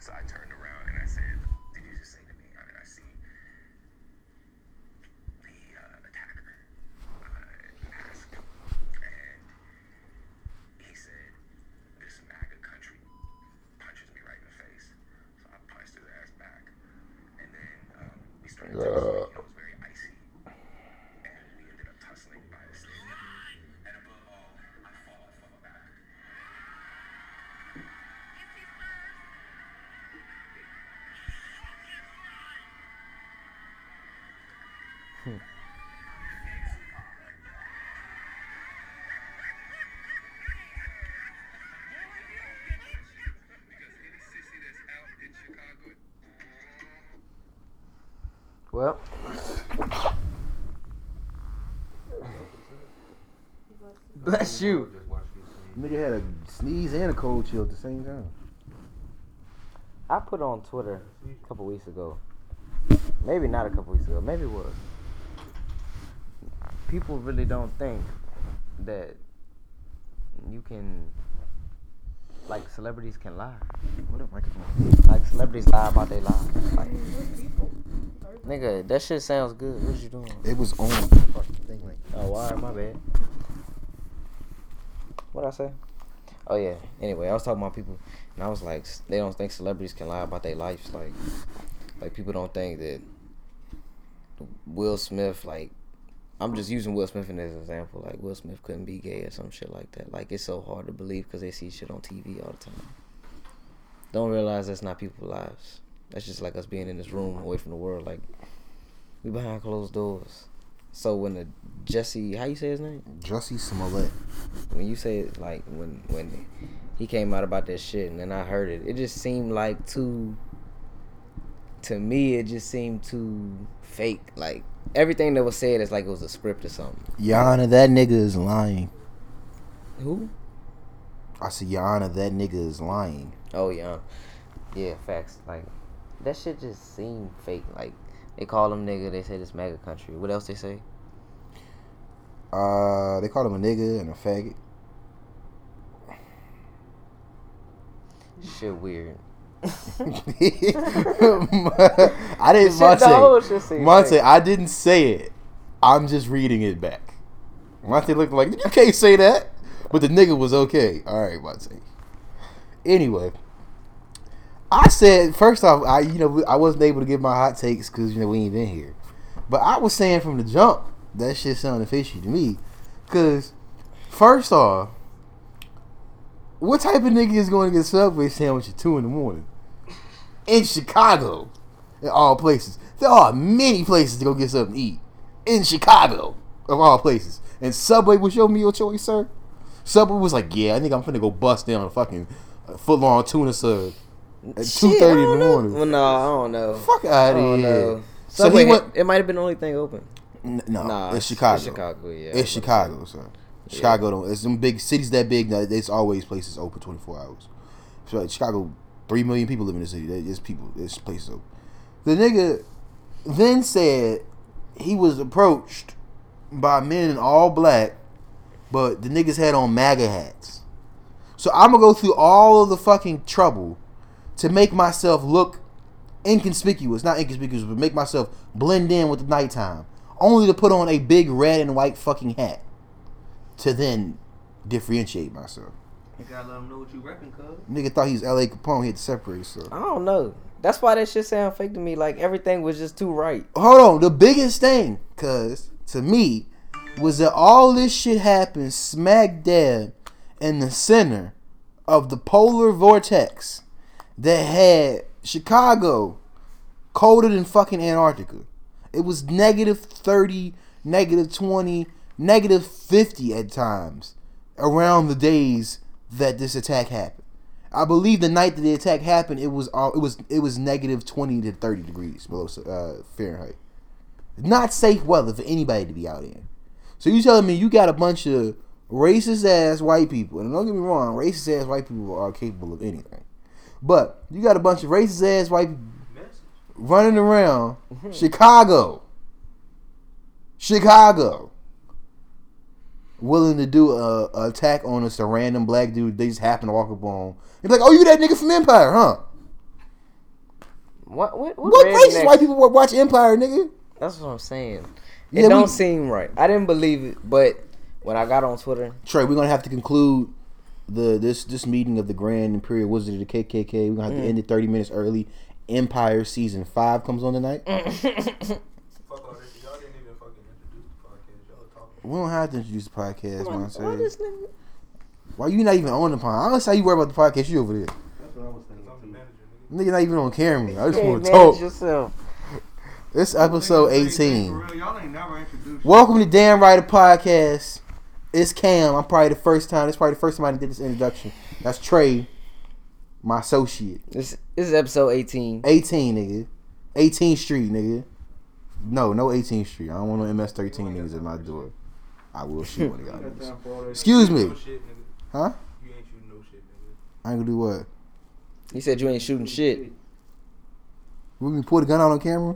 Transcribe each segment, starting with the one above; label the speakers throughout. Speaker 1: So I turned around and I said, Did you just say to me? I, I see the uh, attacker. I asked, and he said, This MAGA country punches me right in the face. So I punched his ass back. And then um, we started tussling. It was very icy. And we ended up tussling by the stadium. And above all, I fall, fall back. Because any sissy that's out in Chicago
Speaker 2: Well, bless you.
Speaker 3: Just watch you sneeze.
Speaker 4: Nigga had a sneeze and a cold chill at the same time.
Speaker 2: I put on Twitter a couple weeks ago. Maybe not a couple weeks ago. Maybe it was. People really don't think that you can, like, celebrities can lie.
Speaker 4: What up, microphone?
Speaker 2: Like, celebrities lie about their lives. Like, nigga, that shit sounds good. What you doing?
Speaker 4: It was on the fucking thing like
Speaker 2: Oh, why? My bad. What I say? Oh yeah. Anyway, I was talking about people, and I was like, s- they don't think celebrities can lie about their lives. Like, like people don't think that Will Smith. Like, I'm just using Will Smith in this example. Like, Will Smith couldn't be gay or some shit like that. Like, it's so hard to believe because they see shit on TV all the time. Don't realize that's not people's lives. That's just like us being in this room away from the world. Like, we behind closed doors. So when the Jesse, how you say his name?
Speaker 4: Jussie Smollett.
Speaker 2: When you say it, like when when he came out about that shit, and then I heard it, it just seemed like too. To me, it just seemed too fake. Like everything that was said is like it was a script or something.
Speaker 4: Yana, that nigga is lying.
Speaker 2: Who?
Speaker 4: I said, Yana, that nigga is lying.
Speaker 2: Oh yeah, yeah. Facts. Like that shit just seemed fake. Like they call him nigga. They say this mega country. What else they say?
Speaker 4: Uh, they call him a nigga and a faggot.
Speaker 2: Shit weird.
Speaker 4: I didn't
Speaker 2: Shit, the whole
Speaker 4: Monte.
Speaker 2: shit seemed
Speaker 4: Monte,
Speaker 2: fake.
Speaker 4: I didn't say it. I'm just reading it back. Monte looked like you can't say that, but the nigga was okay. All right, Monte. Anyway, I said first off, I you know I wasn't able to give my hot takes because you know we ain't been here, but I was saying from the jump that shit sounded fishy to me, because first off, what type of nigga is going to get Subway sandwich at two in the morning in Chicago? in all places. There are many places to go get something to eat in Chicago, of all places. And Subway was your meal choice, sir. Subway was like, yeah, I think I'm finna go bust down a fucking foot long tuna sub at
Speaker 2: Shit,
Speaker 4: two thirty
Speaker 2: I
Speaker 4: in the
Speaker 2: don't know.
Speaker 4: morning.
Speaker 2: Well, no, I don't know.
Speaker 4: Fuck out
Speaker 2: Oh
Speaker 4: of
Speaker 2: no.
Speaker 4: here.
Speaker 2: So,
Speaker 4: So he
Speaker 2: wait,
Speaker 4: went.
Speaker 2: it might have been the only thing open.
Speaker 4: N- No,
Speaker 2: Nah,
Speaker 4: it's Uh, Chicago.
Speaker 2: It's Chicago, yeah.
Speaker 4: It's Chicago, sir. Chicago don't. It's them big cities that big. That there's always places open 24 hours. So like, Chicago, three million people live in the city. There- There's people. There's places open. The nigga then said he was approached by men in all black, but the niggas had on MAGA hats. So I'm gonna go through all of the fucking trouble to make myself look inconspicuous, not inconspicuous, but make myself blend in with the nighttime, only to put on a big red and white fucking hat to then differentiate myself.
Speaker 3: You gotta let them know what you repping, cuz.
Speaker 4: Nigga thought he was L.A. Capone. He had to separate himself.
Speaker 2: I don't know. That's why that shit sound fake to me. Like everything was just too right.
Speaker 4: Hold on, the biggest thing, cuz to me, was that all this shit happened smack dab in the center of the polar vortex that had Chicago colder than fucking Antarctica. It was negative 30, negative 20, negative 50 at times around the days that this attack happened. I believe the night that the attack happened, it was all it was it was negative 20 to 30 degrees below uh, Fahrenheit. Not safe weather for anybody to be out in. So you telling me you got a bunch of racist ass white people, and don't get me wrong, racist ass white people are capable of anything. But you got a bunch of racist ass white people
Speaker 3: Message.
Speaker 4: running around Chicago, Chicago, willing to do a, a attack on us, a random black dude they just happen to walk up on. He's like, "Oh, you that nigga from Empire, huh?"
Speaker 2: What what what,
Speaker 4: What racist
Speaker 2: redneck-
Speaker 4: white people wa- watch Empire, nigga?
Speaker 2: That's what I'm saying. It
Speaker 4: Yeah,
Speaker 2: don't
Speaker 4: we-
Speaker 2: seem right. I didn't believe it, but when I got on Twitter,
Speaker 4: Trey, we're gonna have to conclude the this this meeting of the Grand Imperial Wizard of the KKK. We're gonna have to end it thirty minutes early. Empire season five comes on tonight.
Speaker 2: Mm.
Speaker 5: Fuck all this. Y'all didn't even fucking introduce the podcast. Y'all talking.
Speaker 4: We don't have to introduce the podcast,
Speaker 2: Why-
Speaker 4: man.
Speaker 2: why
Speaker 4: Why,
Speaker 2: this nigga-
Speaker 4: why you not even on the pod? I don't see how you worry about the podcast. You over there,
Speaker 3: That's what I was thinking
Speaker 5: I'm the
Speaker 3: too.
Speaker 5: manager, nigga.
Speaker 4: nigga, not even on camera. I just
Speaker 2: Hey,
Speaker 4: want to
Speaker 2: manage
Speaker 4: talk.
Speaker 2: yourself.
Speaker 4: This episode
Speaker 3: Niggas ain't
Speaker 4: eighteen.
Speaker 3: For real, y'all ain't never introduced.
Speaker 4: Welcome to Damn Writer Podcast. It's Cam. I'm probably the first time. It's probably the first time I did this introduction. That's Trey, my associate.
Speaker 2: This this is episode 18.
Speaker 4: 18, nigga. 18th Street, nigga. No, no 18th Street. I don't want no MS 13 niggas at my door. I will shoot one of y'all
Speaker 3: You got
Speaker 4: niggas.
Speaker 3: time for all that
Speaker 4: Excuse
Speaker 5: You ain't
Speaker 4: me.
Speaker 5: shooting no shit, nigga.
Speaker 4: Huh?
Speaker 5: You ain't shooting no shit, nigga.
Speaker 4: I ain't gonna do what?
Speaker 2: He said you ain't shooting shit.
Speaker 4: We can pull the gun out on camera?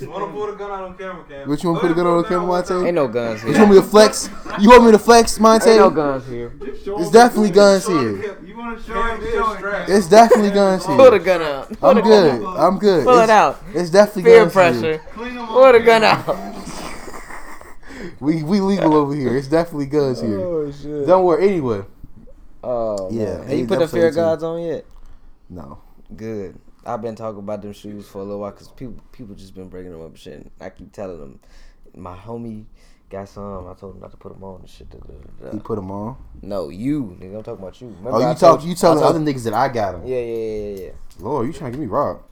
Speaker 5: You wanna pull the gun out on camera, Cam?
Speaker 4: What, you wanna
Speaker 5: Go
Speaker 4: put the
Speaker 5: ahead,
Speaker 4: gun out on
Speaker 5: pull
Speaker 4: camera,
Speaker 5: the gun
Speaker 4: Monte?
Speaker 2: Ain't no guns
Speaker 4: You
Speaker 2: here.
Speaker 4: want me to flex? You want me to flex, Monte?
Speaker 2: Ain't no guns here.
Speaker 3: shit. Just show
Speaker 4: It's
Speaker 3: him-
Speaker 4: definitely
Speaker 3: just
Speaker 4: guns
Speaker 3: show
Speaker 4: here.
Speaker 3: him- You want to show
Speaker 5: Cam
Speaker 3: him?
Speaker 5: is
Speaker 3: Show him.
Speaker 5: strapped.
Speaker 4: It's definitely guns
Speaker 2: Pull the
Speaker 4: here.
Speaker 2: gun out. Pull
Speaker 4: I'm
Speaker 2: the gun
Speaker 4: good.
Speaker 2: out.
Speaker 4: I'm good.
Speaker 2: Pull it
Speaker 4: It's-
Speaker 2: out.
Speaker 4: It's definitely
Speaker 2: Fear
Speaker 4: guns
Speaker 2: pressure.
Speaker 4: here.
Speaker 3: Clean him
Speaker 2: Pull the
Speaker 3: up,
Speaker 2: gun
Speaker 3: man.
Speaker 2: out.
Speaker 4: We we legal over here. It's definitely guns
Speaker 2: Oh,
Speaker 4: here.
Speaker 2: shit.
Speaker 4: Don't worry. Anyway,
Speaker 2: Oh
Speaker 4: Yeah,
Speaker 2: yeah.
Speaker 4: it
Speaker 2: you
Speaker 4: is
Speaker 2: put the fear
Speaker 4: episode 18.
Speaker 2: gods on yet?
Speaker 4: no.
Speaker 2: Good. I've been talking about them shoes for a little while because people people just been bringing them up and shit. And I keep telling them, my homie got some. I told him not to put them on and shit. da, da, da, da.
Speaker 4: He put them on.
Speaker 2: No, you. Nigga, I'm talking about you. Remember
Speaker 4: Oh,
Speaker 2: I
Speaker 4: you
Speaker 2: told-
Speaker 4: talk. You telling
Speaker 2: I told-
Speaker 4: other niggas that I got them.
Speaker 2: Yeah, yeah, yeah, yeah, yeah.
Speaker 4: Lord, you trying to get me robbed?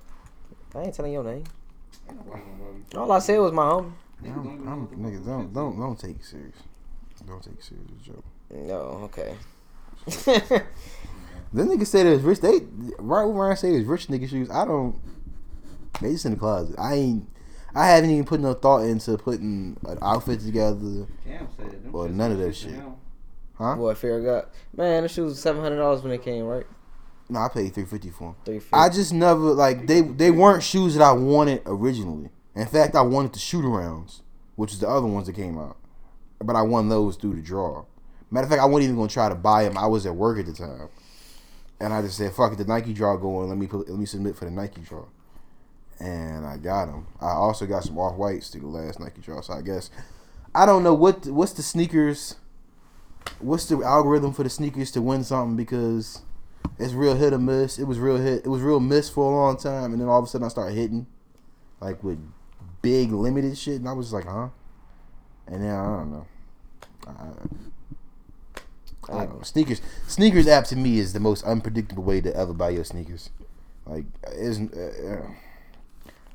Speaker 2: I ain't telling your name.
Speaker 3: Niggas
Speaker 2: All I said was my homie.
Speaker 3: gonna be
Speaker 4: I'm, I'm,
Speaker 3: looking
Speaker 4: nigga,
Speaker 3: for
Speaker 4: don't
Speaker 3: some
Speaker 4: don't don't take it serious. Don't take it serious, it's a joke.
Speaker 2: No, okay.
Speaker 4: Them niggas say there's rich. They right when Ryan say there's rich nigga shoes. I don't. They just in the closet. I ain't. I haven't even put no thought into putting an outfit together.
Speaker 3: Cam said them
Speaker 4: Well,
Speaker 3: shits
Speaker 4: none of
Speaker 3: was
Speaker 4: that
Speaker 3: just
Speaker 4: shit.
Speaker 3: now.
Speaker 4: Huh?
Speaker 2: Boy, fear God. Man, the shoes was seven hundred dollars when they came, right?
Speaker 4: No, I paid three fifty for them.
Speaker 2: Three feet.
Speaker 4: I just never like they they weren't shoes that I wanted originally. In fact, I wanted the shoot arounds, which is the other ones that came out. But I won those through the draw. Matter of fact, I wasn't even gonna try to buy them. I was at work at the time, and I just said, "Fuck it, the Nike draw going. Let me put, let me submit for the Nike draw." And I got them. I also got some off whites through the last Nike draw. So I guess I don't know what what's the sneakers. What's the algorithm for the sneakers to win something? Because it's real hit or miss. It was real hit. It was real miss for a long time, and then all of a sudden I started hitting, like with big limited shit, and I was like, huh? And then I don't know. I, I don't know. Sneakers, sneakers app to me is the most unpredictable way to ever buy your sneakers. Like, isn't? Uh,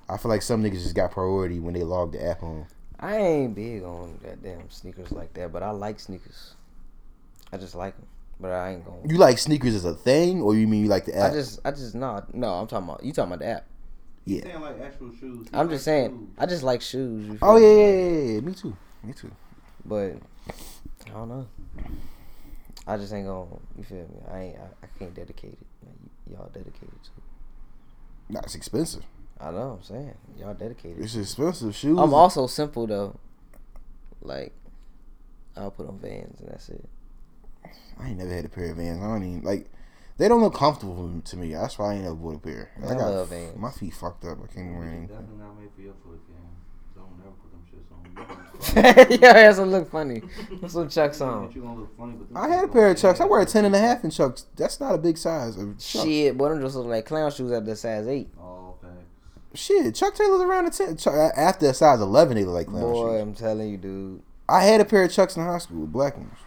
Speaker 4: I feel like some niggas just got priority when they log the app on.
Speaker 2: I ain't big on goddamn sneakers like that, but I like sneakers. I just like them, but I ain't going. to
Speaker 4: You like sneakers as a thing, or you mean you like the app?
Speaker 2: I just, I just no, no. I'm talking about you. Talking about the app.
Speaker 4: yeah.
Speaker 3: Saying like actual shoes. He
Speaker 2: I'm
Speaker 3: like
Speaker 2: just saying.
Speaker 3: shoes.
Speaker 2: I just like shoes. you
Speaker 4: Oh
Speaker 2: feel
Speaker 4: yeah,
Speaker 2: me?
Speaker 4: yeah, yeah, yeah. Me too. Me too.
Speaker 2: But I don't know. I just ain't gonna. You feel me? I ain't. I, I can't dedicate it. Like, y- y'all dedicated to. it.
Speaker 4: Nah, it's expensive.
Speaker 2: I know. I'm saying y'all dedicated.
Speaker 4: It's expensive shoes.
Speaker 2: I'm also simple though. Like, I'll put on Vans and that's it.
Speaker 4: I ain't never had a pair of Vans. I don't even like. They don't look comfortable to me. That's why I ain't never bought a pair.
Speaker 2: I love Vans.
Speaker 4: my feet fucked up. I can't even wear
Speaker 3: It's
Speaker 4: anything.
Speaker 3: Definitely not made for your foot, Cam. Don't never put them shits on. You gonna look funny.
Speaker 2: Your ass will look funny. Put some chucks on.
Speaker 3: You gonna look funny, but them
Speaker 4: I
Speaker 3: shits
Speaker 4: had a
Speaker 3: gonna
Speaker 4: pair of
Speaker 3: be
Speaker 4: Chucks. I wear a
Speaker 3: bad.
Speaker 4: 10 and a half in Chucks. That's not a big size. Of Chuck. Shit.
Speaker 2: Shit, boy, them just look like clown shoes at the size eight.
Speaker 3: Oh, okay.
Speaker 4: Chuck Taylor's around a 10. Chuck, after a size 11, they look like clown
Speaker 2: boy,
Speaker 4: shoes.
Speaker 2: I'm telling you, dude.
Speaker 4: I had a pair of Chucks in high school, black ones.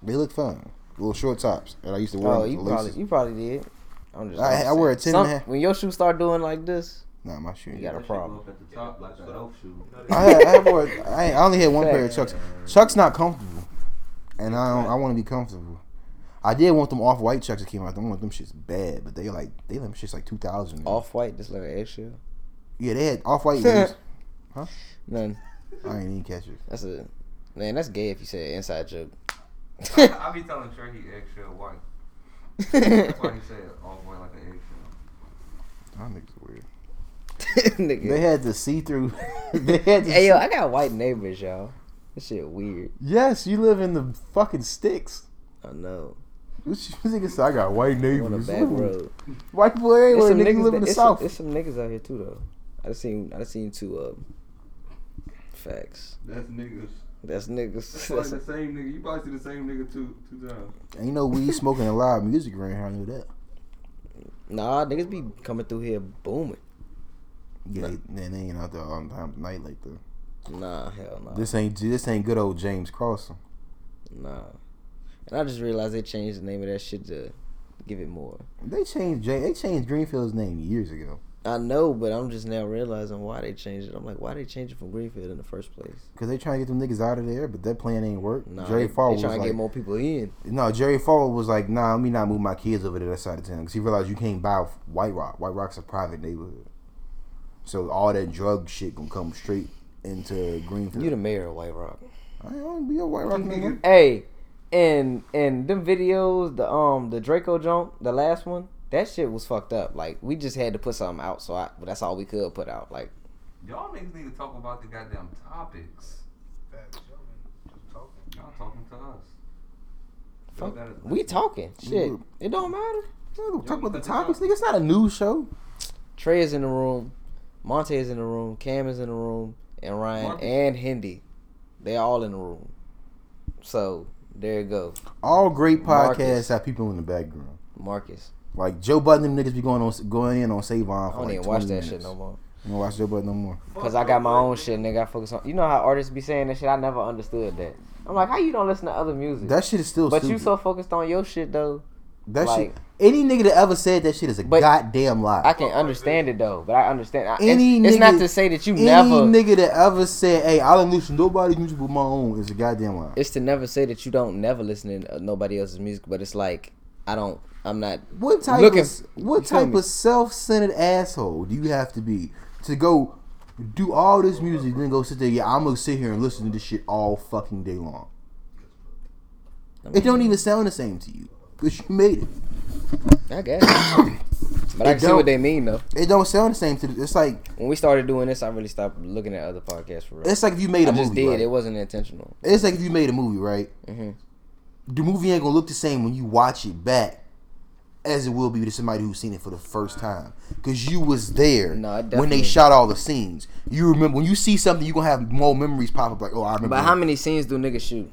Speaker 4: They look fine. Little short tops. And I used to wear
Speaker 2: Oh,
Speaker 4: them
Speaker 2: you
Speaker 4: with
Speaker 2: probably
Speaker 4: laces.
Speaker 2: you probably did. I'm just.
Speaker 4: I-
Speaker 2: I'm
Speaker 4: I wear
Speaker 2: saying.
Speaker 4: a 10 and a
Speaker 2: Some-
Speaker 4: half.
Speaker 2: When your shoes start doing like this,
Speaker 4: Nah, my shoe. ain't
Speaker 2: You got
Speaker 4: good.
Speaker 3: That
Speaker 2: a
Speaker 3: shit
Speaker 2: problem.
Speaker 3: go Up at the top like an elf shoe.
Speaker 4: I had, I, had more, I, I only had one pair of Chucks. Chucks not comfortable, and I don't, I want to be comfortable. I did want them off white Chucks that came out. I want them shits bad, but they like they them shits like two thousand.
Speaker 2: off white, just like an eggshell.
Speaker 4: Yeah, they had off white. I
Speaker 2: None.
Speaker 4: ain't even catch it.
Speaker 2: That's a man. That's gay if you say an inside joke.
Speaker 5: I be telling Trey he eggshell white. That's why he said all white like an eggshell.
Speaker 4: Y'all niggas weird. They
Speaker 2: Nigga.
Speaker 4: had the see through. they had the
Speaker 2: Hey yo,
Speaker 4: see-
Speaker 2: I got white neighbors, y'all. This shit weird.
Speaker 4: yes, you live in the fucking sticks.
Speaker 2: I know.
Speaker 4: This nigga said I got white
Speaker 2: on a
Speaker 4: neighbors.
Speaker 2: back road.
Speaker 4: White people
Speaker 2: It's
Speaker 4: everywhere.
Speaker 2: some
Speaker 4: Niggas
Speaker 2: niggas
Speaker 4: live
Speaker 2: that-
Speaker 4: in the
Speaker 2: it's
Speaker 4: south.
Speaker 2: Some, it's some niggas out here too though. I done seen I done seen two of 'em. Facts.
Speaker 5: That's niggas.
Speaker 2: That's niggas.
Speaker 5: Probably
Speaker 2: That's
Speaker 5: the same nigga. You probably see the same nigga two two times.
Speaker 4: Ain't no weed smoking and live music around here. I knew that.
Speaker 2: nah, niggas be coming through here booming.
Speaker 4: Yeah, they, they ain't out there all time at night like that.
Speaker 2: Nah, hell no.
Speaker 4: This ain't this ain't good old James Carlson.
Speaker 2: Nah. And I just realized they changed the name of that shit to give it more.
Speaker 4: They changed J, they changed Greenfield's name years ago
Speaker 2: I know, but I'm just now realizing why they changed it. I'm like, why they change it from Greenfield in the first place?
Speaker 4: because they trying to get them niggas out of there, but that plan ain't work.
Speaker 2: Nah,
Speaker 4: Jerry
Speaker 2: they,
Speaker 4: Falwell
Speaker 2: they
Speaker 4: was
Speaker 2: trying to
Speaker 4: like,
Speaker 2: get more people in.
Speaker 4: no, Jerry Falwell was like, nah, let me not move my kids over to that side of town because he realized you can't buy White Rock. White Rock's a private neighborhood, so all that drug shit gonna come straight into Greenfield.
Speaker 2: You the mayor of White Rock.
Speaker 4: I don't wanna be a White Rock nigga.
Speaker 2: Hey, and and them videos, the um the Draco jump, the last one, that shit was fucked up. Like we just had to put something out, so I that's all we could put out. Like
Speaker 5: Y'all niggas need to talk about the goddamn topics.
Speaker 1: Facts, y'all been just talking.
Speaker 5: Y'all talking to us. Y'all
Speaker 2: fuck,
Speaker 5: gotta-
Speaker 2: we talking shit. It don't matter.
Speaker 4: Nigga, Talk about the topics, nigga. It's not a news show.
Speaker 2: Trey is in the room, Monte is in the room, Cam is in the room, and Ryan
Speaker 5: Marcus.
Speaker 2: and Hindi, they all in the room. So there you go,
Speaker 4: All great podcasts
Speaker 2: Marcus.
Speaker 4: have people in the background.
Speaker 2: Marcus.
Speaker 4: Like Joe Button, them niggas be going on going in on Savon
Speaker 2: I
Speaker 4: for
Speaker 2: don't
Speaker 4: like
Speaker 2: even
Speaker 4: 20
Speaker 2: watch that
Speaker 4: minutes.
Speaker 2: shit no more.
Speaker 4: I don't watch Joe Button no more.
Speaker 2: Cause I got my own shit, nigga. I focus on. You know how artists be saying that shit. I never understood that. I'm like, how you don't listen to other music?
Speaker 4: That shit is still.
Speaker 2: But
Speaker 4: stupid.
Speaker 2: you so focused on your shit though.
Speaker 4: that shit.
Speaker 2: like-
Speaker 4: Any nigga that ever said that shit is a
Speaker 2: But-
Speaker 4: goddamn lie.
Speaker 2: I can understand it though, but I understand. I,
Speaker 4: Any
Speaker 2: it's, it's not
Speaker 4: nigga-
Speaker 2: to say that you
Speaker 4: Any
Speaker 2: never.
Speaker 4: nigga that ever said, "Hey, I don't listen to nobody's music but my own," is a goddamn lie.
Speaker 2: It's to never say that you don't never listen to nobody else's music, but it's like I don't. I'm not.
Speaker 4: What type
Speaker 2: Look
Speaker 4: of
Speaker 2: at-
Speaker 4: what
Speaker 2: you feel
Speaker 4: type
Speaker 2: me?
Speaker 4: of self centered asshole do you have to be to go do all this music, then go sit there? Yeah, I'm gonna sit here and listen to this shit all fucking day long.
Speaker 2: I
Speaker 4: It don't
Speaker 2: mean,
Speaker 4: even sound the same to you because you made it.
Speaker 2: I guess. but I
Speaker 4: It
Speaker 2: can see
Speaker 4: don't.
Speaker 2: what they mean though.
Speaker 4: It don't sound the same to. It's like
Speaker 2: When we started doing this, I really stopped looking at other podcasts for real.
Speaker 4: It's like Mm-hmm. if you made a
Speaker 2: I just
Speaker 4: movie.
Speaker 2: did.
Speaker 4: right?
Speaker 2: It wasn't intentional.
Speaker 4: It's like if you made a movie, right?
Speaker 2: Mhm.
Speaker 4: The movie ain't gonna look the same when you watch it back as it will be to somebody who's seen it for the first time. Cause you was there
Speaker 2: No, it
Speaker 4: when they
Speaker 2: definitely-
Speaker 4: shot all the scenes. You remember when you see something, you gonna have more memories pop up. Like, oh, I remember.
Speaker 2: But how many scenes do niggas shoot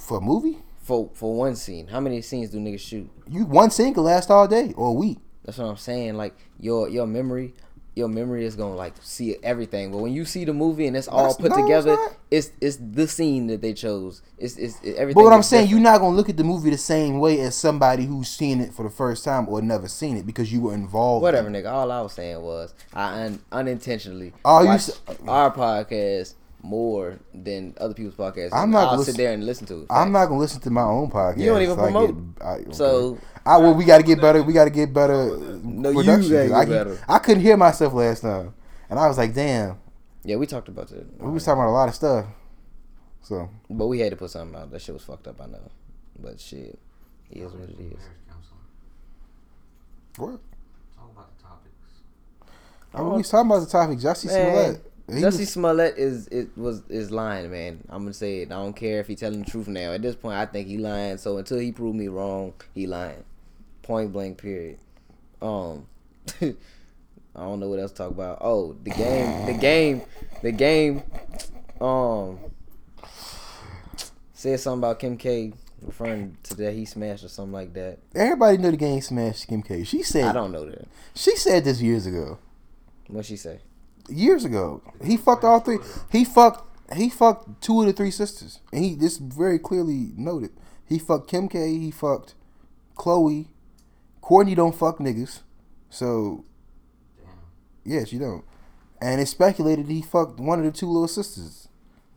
Speaker 4: for a movie?
Speaker 2: for for one scene? How many scenes do niggas shoot?
Speaker 4: You one scene could last all day or a week.
Speaker 2: That's what I'm saying. Like your your memory, your memory is gonna like see everything. But when you see the movie and it's all
Speaker 4: That's-
Speaker 2: put
Speaker 4: no, it's
Speaker 2: together,
Speaker 4: not.
Speaker 2: it's, it's the scene that they chose. It's it's it- everything.
Speaker 4: But what I'm
Speaker 2: is
Speaker 4: saying, you're not
Speaker 2: different.
Speaker 4: gonna look at the movie the same way as somebody who's seen it for the first time or never seen it because you were involved.
Speaker 2: whatever, nigga. All I was saying was I un, unintentionally
Speaker 4: All you
Speaker 2: watched
Speaker 4: s-
Speaker 2: our podcast more than other people's podcasts.
Speaker 4: I'm
Speaker 2: I'm not.
Speaker 4: not
Speaker 2: I'll
Speaker 4: listen-
Speaker 2: sit there and listen to it.
Speaker 4: I'm not gonna listen to my own podcast.
Speaker 2: You don't even
Speaker 4: till I
Speaker 2: promote.
Speaker 4: get- I- okay.
Speaker 2: So
Speaker 4: I well, we got to get better. We got to get better.
Speaker 2: No, you
Speaker 4: production,
Speaker 2: gotta
Speaker 4: 'cause
Speaker 2: get
Speaker 4: I, can-
Speaker 2: better.
Speaker 4: I couldn't hear myself last time, and I was like, "Damn,
Speaker 2: yeah, we talked about that,
Speaker 4: we was talking about a lot of stuff." So
Speaker 2: but we had to put something out. That shit was fucked up. I know, but shit, it is what it is.
Speaker 5: Marriage counseling.
Speaker 4: what?
Speaker 5: Talk about the topics.
Speaker 4: I mean, we was talking about the topic. Jussie
Speaker 2: Oh. Man,
Speaker 4: Smollett. He
Speaker 2: Jussie
Speaker 4: was-
Speaker 2: Smollett is it was is lying, man. I'm gonna say it. I don't care if he telling the truth now. At this point, I think he lying. So until he prove me wrong, he lying. Point blank. Period. Um, I don't know what else to talk about. Oh, the game, the game, the game. Um, said something about Kim K referring to that he smashed or something like that.
Speaker 4: everybody knew the game smashed Kim K. She
Speaker 2: I
Speaker 4: said
Speaker 2: don't know that.
Speaker 4: she said this years ago.
Speaker 2: What she say?
Speaker 4: Years ago, he fucked all three. He fucked. He fucked two of the three sisters, and he this very clearly noted. He fucked Kim K. He fucked Chloe. Courtney don't fuck niggas, so
Speaker 5: Damn.
Speaker 4: Yes, you don't. And it's speculated he fucked one of the two little sisters,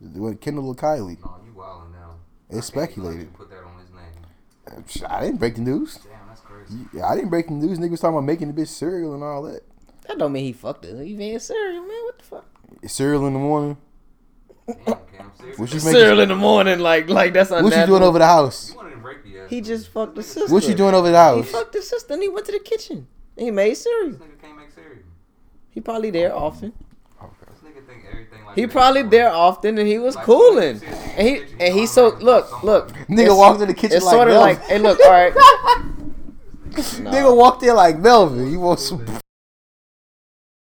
Speaker 4: with Kendall or Kylie.
Speaker 5: No, you wildin' now.
Speaker 4: It's
Speaker 5: I can't even let
Speaker 4: speculated.
Speaker 5: you Put that on his name.
Speaker 4: I didn't break the news.
Speaker 5: Damn, that's crazy.
Speaker 4: You- I didn't break the news. Niggas talking about making the bitch cereal and all that.
Speaker 2: That don't mean he fucked her. He being serious, man. What the fuck?
Speaker 4: Cereal in the morning.
Speaker 5: Damn, Cam, seriously.
Speaker 4: What you making?
Speaker 2: Cereal in the morning, like like that's
Speaker 4: What you doing over the house?
Speaker 5: You wanted to rape the ass.
Speaker 2: He just fucked the
Speaker 5: This nigga-
Speaker 2: sister.
Speaker 4: What you doing over the
Speaker 2: He
Speaker 4: house?
Speaker 2: fucked his sister and he went to the kitchen. He made cereal.
Speaker 5: This nigga can't make cereal.
Speaker 2: He probably there often.
Speaker 5: This nigga think everything like
Speaker 2: He probably there often, and he was cooling, and he and he so look look.
Speaker 4: Nigga
Speaker 2: it's-
Speaker 4: walked in the kitchen
Speaker 2: It's
Speaker 4: like
Speaker 2: sort of
Speaker 4: Velvet.
Speaker 2: like hey look all right. Nah.
Speaker 4: Nigga walked in like Velvet. You want some